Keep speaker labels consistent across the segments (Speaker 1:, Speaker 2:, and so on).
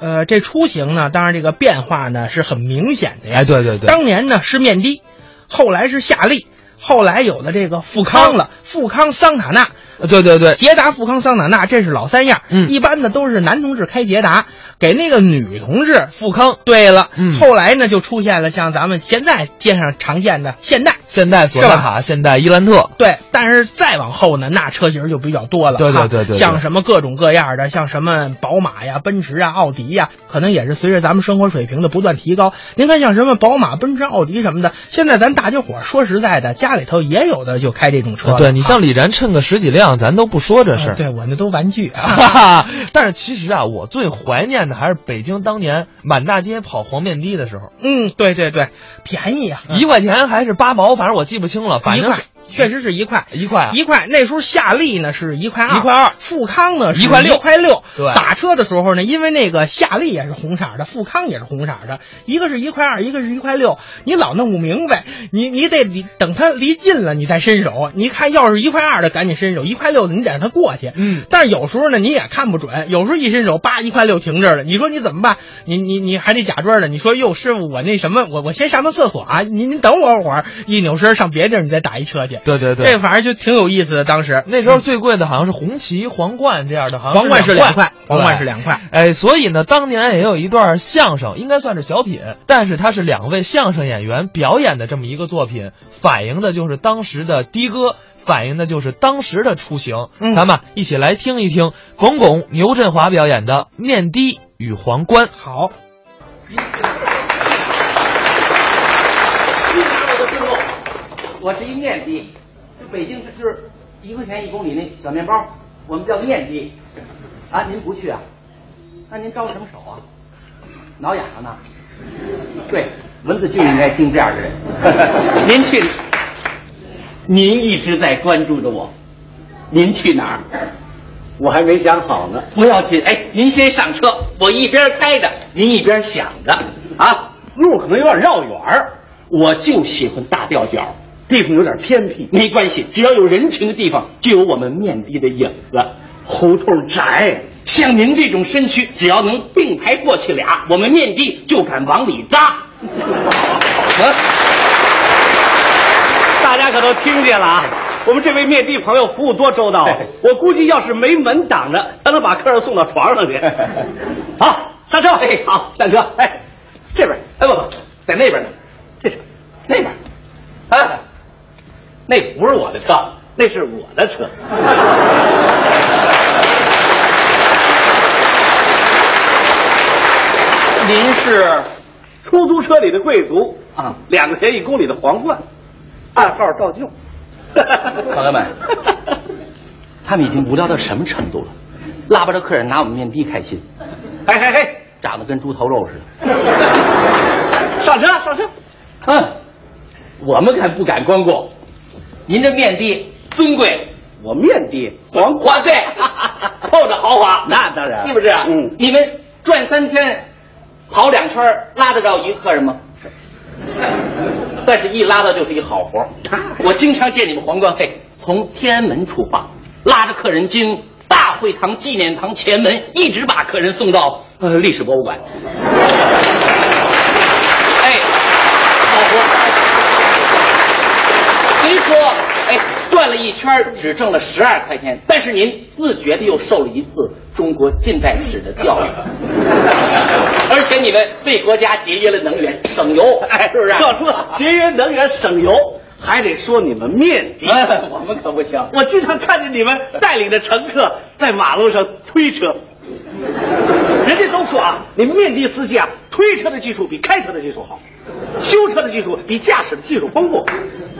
Speaker 1: 呃，这出行呢，当然这个变化呢是很明显的呀。
Speaker 2: 哎，对对对，
Speaker 1: 当年呢是面的，后来是夏利，后来有了这个富康了，富康桑塔纳。
Speaker 2: 对对对，
Speaker 1: 捷达、富康、桑塔纳，这是老三样。
Speaker 2: 嗯
Speaker 1: 一般的都是男同志开捷达，给那个女同志。
Speaker 2: 富康
Speaker 1: 对了，
Speaker 2: 嗯
Speaker 1: 后来呢就出现了像咱们现在街上常见的现代。
Speaker 2: 现代索纳塔、现代伊兰特，
Speaker 1: 对，但是再往后呢，那车型就比较多了。
Speaker 2: 对对
Speaker 1: 哈
Speaker 2: 对对对
Speaker 1: 像什么各种各样的，像什么宝马呀、奔驰啊、奥迪呀，可能也是随着咱们生活水平的不断提高。您看，像什么宝马、奔驰、奥迪什么的，现在咱大家伙儿说实在的，家里头也有的就开这种车了。
Speaker 2: 呃对你
Speaker 1: 哈
Speaker 2: 像李然趁个十几辆，咱都不说这事
Speaker 1: 啊
Speaker 2: 儿。
Speaker 1: 对我那都玩具啊。
Speaker 2: 哈哈，但是其实啊，我最怀念的还是北京当年满大街跑黄面的的时候，
Speaker 1: 嗯，对对对，便宜啊，
Speaker 2: 一块钱还是八毛，反正我记不清了，反
Speaker 1: 一
Speaker 2: 正
Speaker 1: 块
Speaker 2: 是，
Speaker 1: 确实是一块。
Speaker 2: 一块啊
Speaker 1: 一块，那时候夏利呢是一块二，
Speaker 2: 一块二
Speaker 1: 富康呢是
Speaker 2: 一块六
Speaker 1: 一块六。
Speaker 2: 对
Speaker 1: 打车的时候呢，因为那个夏利也是红色的，富康也是红色的，一个是一块二，一个是一块六，你老弄不明白，你你得离等他离近了你再伸手，你看要是一块二的赶紧伸手，一块六的你得让他过去。
Speaker 2: 嗯，
Speaker 1: 但是有时候呢你也看不准，有时候一伸手叭一块六停这儿了，你说你怎么办？你你你还得假装的，你说哟师傅我那什么我我先上趟厕所啊，您您等我会儿，一扭身上别地儿你再打一车去。
Speaker 2: 对对对，
Speaker 1: 这反正就挺有意思的。当时
Speaker 2: 那时候最贵的好像是红旗、皇冠这样的，好像
Speaker 1: 嗯皇冠是
Speaker 2: 两
Speaker 1: 两块，皇冠是
Speaker 2: 对
Speaker 1: 两块。
Speaker 2: 哎，所以呢，当年也有一段相声，应该算是小品，但是它是两位相声演员表演的这么一个作品，反映的就是当时的的哥，反映的就是当时的出行。
Speaker 1: 嗯
Speaker 2: 咱们啊一起来听一听冯巩、牛振华表演的《面的与皇冠》。
Speaker 1: 好，
Speaker 3: 你拿我的师傅，我是一面的，这北京是就是一块钱一公里那小面包，我们叫面的。啊，您不去啊？那您招什么手啊？挠痒痒呢？对，文子俊应该听这样的人。 您去，您一直在关注着我，您去哪儿？我还没想好呢。不要紧，哎，您先上车，我一边开着，您一边想着啊。路可能有点绕远儿，我就喜欢大吊脚，地方有点偏僻，没关系，只要有人情的地方，就有我们面的的影子。胡同窄，像您这种身躯，只要能并排过去俩，我们面的就敢往里扎。啊
Speaker 4: 大家可都听见了啊！我们这位面的朋友服务多周到啊
Speaker 3: 哎！
Speaker 4: 我估计要是没门挡着，他能把客人送到床上去。 好，上车吧。
Speaker 3: 哎，好，上车。哎，这边，哎不不，在那边呢，这是那边，啊，那不是我的车，
Speaker 4: 那是我的车。
Speaker 3: 您是
Speaker 4: 出租车里的贵族
Speaker 3: 啊
Speaker 4: 两块钱一公里的皇冠，暗号照 旧。
Speaker 3: 朋友们，他们已经无聊到什么程度了？拉不着客人拿我们面的开心，哎
Speaker 4: 嘿嘿嘿，
Speaker 3: 长得跟猪头肉似的。
Speaker 4: 上车上车！
Speaker 3: 哼，嗯我们敢不敢光顾？您这面的尊贵，
Speaker 4: 我面的皇冠，
Speaker 3: 哇对， 透着豪华，
Speaker 4: 那当然
Speaker 3: 是不是？啊
Speaker 4: 嗯
Speaker 3: 你们转三圈，跑两圈儿，拉得着一个客人吗？ 但是，一拉到就是一好 活儿。我经常见你们皇冠会从天安门出发，拉着客人经大会堂、纪念堂前门，一直把客人送到呃历史博物馆。 哎，好活儿。虽说哎转了一圈儿只挣了十二块钱，但是您自觉的又受了一次中国近代史的教育， 而且你们为国家节约了能源，省油，哎，是不是？
Speaker 4: 要 说节约能源省油，还得说你们面 的。
Speaker 3: 哎， 我们可不行。
Speaker 4: 我经常看见你们带领着乘客在马路上推车，人家都说啊，你们面的司机啊，推车的技术比开车的技术好，修车的技术比驾驶的技术丰富。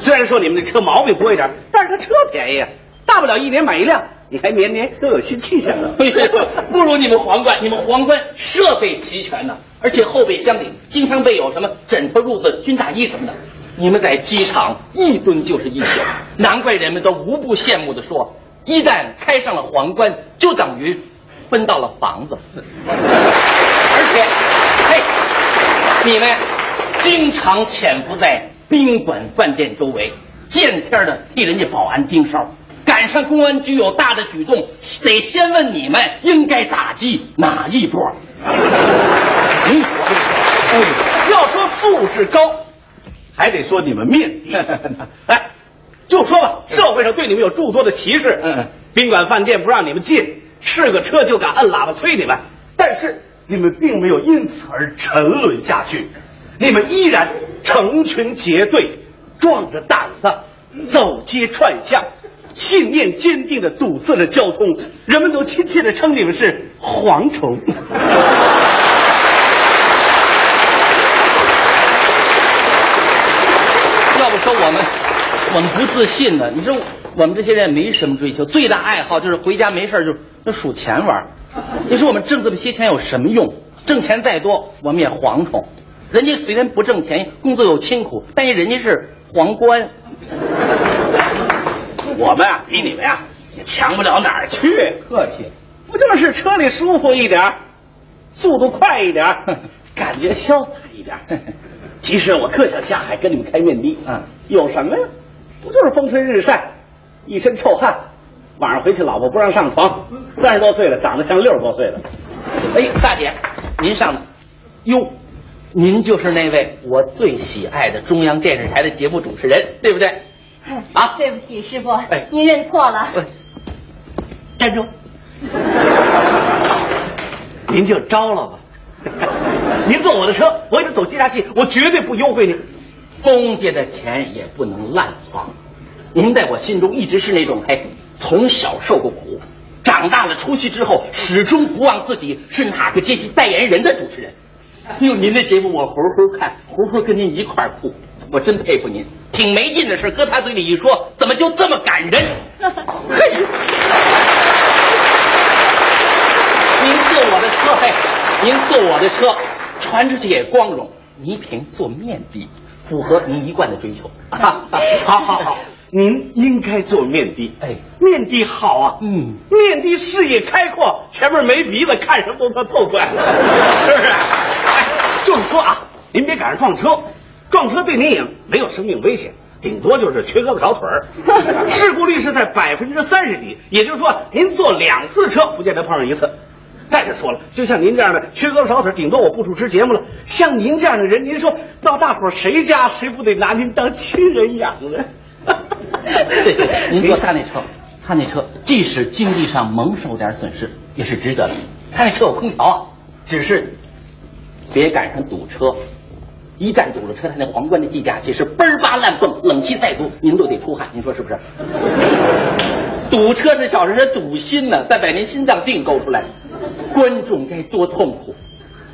Speaker 4: 虽然说你们的车毛病多一点，但是它车便宜啊，大不了一年买一辆，你还年年都有新气象啊呢。
Speaker 3: 哎呦不如你们皇冠，你们皇冠设备齐全呢、而且后备箱里经常备有什么枕头、褥子、军大衣什么的。你们在机场一蹲就是一宿，难怪人们都无不羡慕的说，一旦开上了皇冠，就等于分到了房子。 而且，嘿，你们经常潜伏在宾馆、饭店周围，见天的替人家保安盯梢。赶上公安局有大的举动，得先问你们应该打击哪一波。
Speaker 4: 是高，还得说你们面低。 哎，就说吧，社会上对你们有诸多的歧视。
Speaker 3: 嗯
Speaker 4: 宾馆饭店不让你们进，是个车就敢按喇叭催你们，但是你们并没有因此而沉沦下去，你们依然成群结队，壮着胆子走街串巷。信念坚定的堵塞着交通，人们都亲切的称你们是“蝗虫”。
Speaker 3: 要不说我们，我们不自信呢。你说我们这些人也没什么追求，最大爱好就是回家没事儿就就数钱玩儿。你说我们挣这么些钱有什么用？挣钱再多，我们也蝗虫。人家虽然不挣钱，工作又辛苦，但是人家是皇冠。
Speaker 4: 我们啊，比你们呀、也强不了哪儿去，
Speaker 3: 客气，
Speaker 4: 不就是车里舒服一点儿，速度快一点儿， 感觉潇洒一点儿。其实我特想下海跟你们开面的，
Speaker 3: 嗯
Speaker 4: 有什么呀？不就是风吹日晒，一身臭汗，晚上回去老婆不让上床，三十多岁了，长得像六十多岁的。
Speaker 3: 哎，大姐，您上哪？哟，您就是那位我最喜爱的中央电视台的节目主持人，对不对？啊
Speaker 5: 对不起，师傅，
Speaker 3: 哎
Speaker 5: 您认错了。
Speaker 3: 喂，站住！
Speaker 4: 您就招了 吧。您坐我的车，我给你走接洽器，我绝对不优惠您。
Speaker 3: 公家的钱也不能乱花。您在我心中一直是那种，嘿，从小受过苦，长大了出息之后，始终不忘自己是哪个阶级代言人的主持人。用您的节目我呼呼看，呼呼跟您一块儿哭，我真佩服您，挺没劲的事，搁他嘴里一说，怎么就这么感人？嘿，您坐我的车，嘿，您坐我的车，传出去也光荣。倪萍做面的，符合您一贯的追求。 啊
Speaker 4: 好好好，您应该做面的。
Speaker 3: 哎，
Speaker 4: 面的好啊，
Speaker 3: 嗯，
Speaker 4: 面的视野开阔，前面没鼻子，看什么都透快，是不是？哎，就是说啊，您别赶上撞车，撞车对您也没有生命危险。顶多就是瘸胳膊少腿 儿，事故率是在百分之三十几，也就是说，您坐两次车不见得碰上一次。再者说了，就像您这样的缺胳膊少腿，顶多我不主持节目了。像您这样的人，您说到大伙儿谁家谁不得拿您当亲人养呢？
Speaker 3: 对对，您坐他那车，他那车即使经济上蒙受点损失，也是值得的。他那车有空调啊，只是别赶上堵车。一旦堵了车，他那皇冠的计价器是嘣儿吧乱蹦，冷气再足，您都得出汗，您说是不是？堵车是小事，他堵心呢，再把您心脏病勾出来，观众该多痛苦！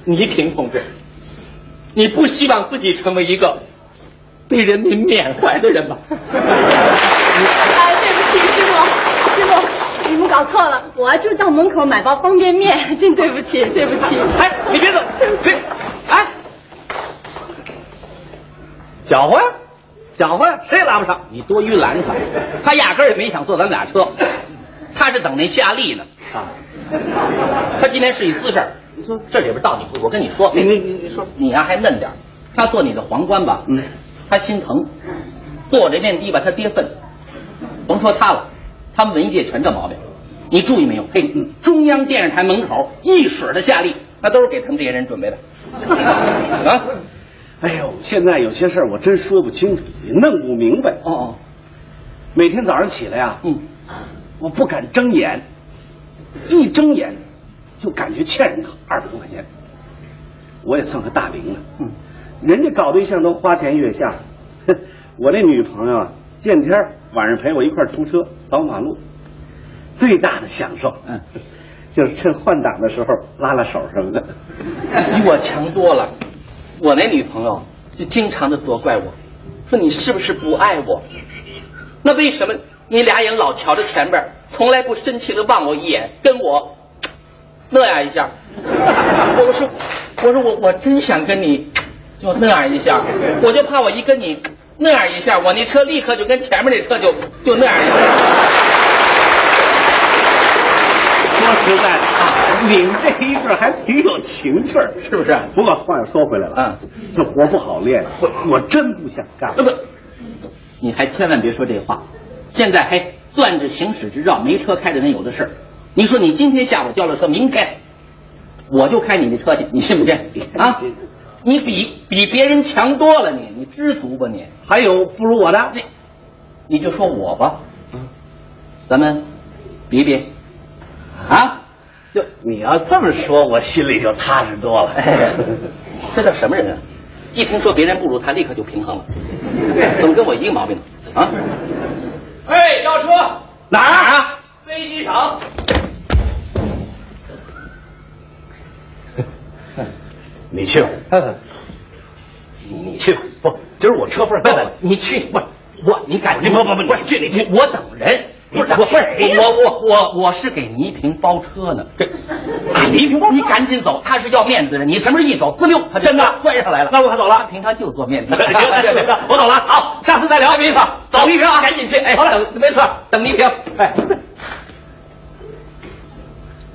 Speaker 3: 倪萍同志，你不希望自己成为一个被人民缅怀的人吧？
Speaker 5: 哎，对不起，师傅，师傅，你们搞错了，我就到门口买包方便面，真对不起，对不起。
Speaker 3: 啊
Speaker 4: 哎，你别走，别，哎，搅和呀，搅和呀，谁也拉不上。
Speaker 3: 你多余拦他，他压根儿也没想坐咱们俩车，他是等那夏利呢。
Speaker 4: 啊，
Speaker 3: 他今天是一姿势儿，你说这里边到底不？我跟你说，
Speaker 4: 你
Speaker 3: 你
Speaker 4: 你你说，
Speaker 3: 你呀、还嫩点儿他坐你的皇冠吧，
Speaker 4: 嗯，
Speaker 3: 他心疼；坐我这面的吧，他跌份。甭说他了，他们文艺界全这毛病。你注意没有？嘿，
Speaker 4: 嗯
Speaker 3: 中央电视台门口一水的夏利，那都是给他们这些人 准备的。啊，
Speaker 4: 哎呦，现在有些事儿我真说不清楚，也弄不明白。
Speaker 3: 哦哦，
Speaker 4: 每天早上起来呀、啊
Speaker 3: 嗯，
Speaker 4: 我不敢睁眼，一睁眼就感觉欠人二百多块钱，我也算个大龄了。
Speaker 3: 嗯，
Speaker 4: 人家搞对象都花前月下，哼我那女朋友啊，见天儿晚上陪我一块儿出车扫马路，最大的享受，
Speaker 3: 嗯，
Speaker 4: 就是趁换挡的时候拉拉手什么的。
Speaker 3: 比我强多了。我那女朋友就经常的责怪我，说你是不是不爱我？那为什么你俩眼老瞧着前边儿，从来不深情的望我一眼，跟我那样一下？ 我我说我说我我真想跟你就那样一下，我就怕我一跟你那样一下，我那车立刻就跟前面那车就就那样一下。
Speaker 4: 说实在的啊，你们这一对还挺有情趣儿，是不是？不过话又说回来了，
Speaker 3: 嗯，
Speaker 4: 这活不好练，我我真不想干。
Speaker 3: 呃不，你还千万别说这话。现在还攥着行驶执照没车开的人有的是。你说你今天下午交了车，明天我就开你的车去，你信不信？啊，你比比别人强多了你，你知足吧你？
Speaker 4: 还有不如我的，嗯
Speaker 3: 那你就说我吧，咱们比比啊，就
Speaker 4: 你要这么说，我心里就踏实多 了。
Speaker 3: 哎，这叫什么人啊？一听说别人不如他，立刻就平衡了，怎么跟我一个毛病呢？啊？
Speaker 4: 哎，要车哪儿啊？
Speaker 3: 飞机场。
Speaker 4: 你去吧，你去吧。不，今儿我车不是到了，
Speaker 3: 你去，
Speaker 4: 不，我你敢不不不，你去你去，
Speaker 3: 我等人，
Speaker 4: 不是
Speaker 3: 我不是
Speaker 4: 谁呀
Speaker 3: 我我我我是给倪萍包车呢。啊这
Speaker 4: 倪萍包车
Speaker 3: 你赶紧走，他是要面子的人。你什么时候一走，滋溜，他就
Speaker 4: 真的
Speaker 3: 窜上来了。
Speaker 4: 那我可走了
Speaker 3: 他平常就做面子。
Speaker 4: 行了行了，我走了，好，下次再聊，
Speaker 3: 没错，
Speaker 4: 走
Speaker 3: 倪
Speaker 4: 一
Speaker 3: 萍
Speaker 4: 萍啊，
Speaker 3: 赶紧去。哎，
Speaker 4: 好嘞，
Speaker 3: 等没错，等倪萍。
Speaker 4: 哎，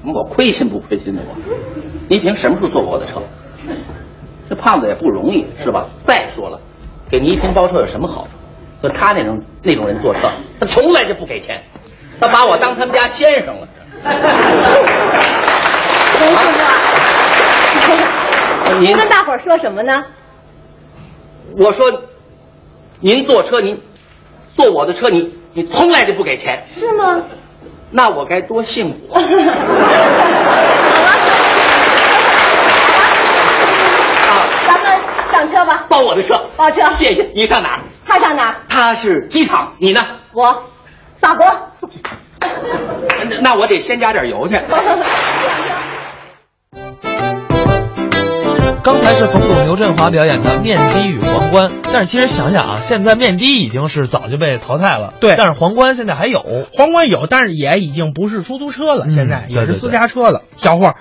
Speaker 3: 我亏心不亏心的我，倪萍什么时候坐过我的车？这胖子也不容易是吧？再说了，给倪萍包车有什么好处？就他那种那种人坐车，他从来就不给钱，他把我当他们家先生了。
Speaker 5: 冯师 傅，
Speaker 3: 啊您
Speaker 5: 跟大伙儿说什么呢？
Speaker 3: 我说，您坐车，您坐我的车，你你从来就不给钱，
Speaker 5: 是吗？
Speaker 3: 那我该多幸福啊！
Speaker 5: 咱们上车吧，
Speaker 3: 包啊我的车，
Speaker 5: 包车
Speaker 3: 谢谢。你上哪儿？
Speaker 5: 他上哪儿？
Speaker 3: 他是机场，你呢？
Speaker 5: 我，法国。
Speaker 3: 那那我得先加点油去。
Speaker 2: 刚才是冯巩、牛振华表演的《面的与皇冠》，但是其实想想啊，现在面的已经是早就被淘汰了，
Speaker 1: 对
Speaker 2: 但是皇冠现在还有。
Speaker 1: 皇冠有，但是也已经不是出租车了，
Speaker 2: 嗯
Speaker 1: 现在
Speaker 2: 对
Speaker 1: 也是
Speaker 2: 对
Speaker 1: 私家车了。小伙儿，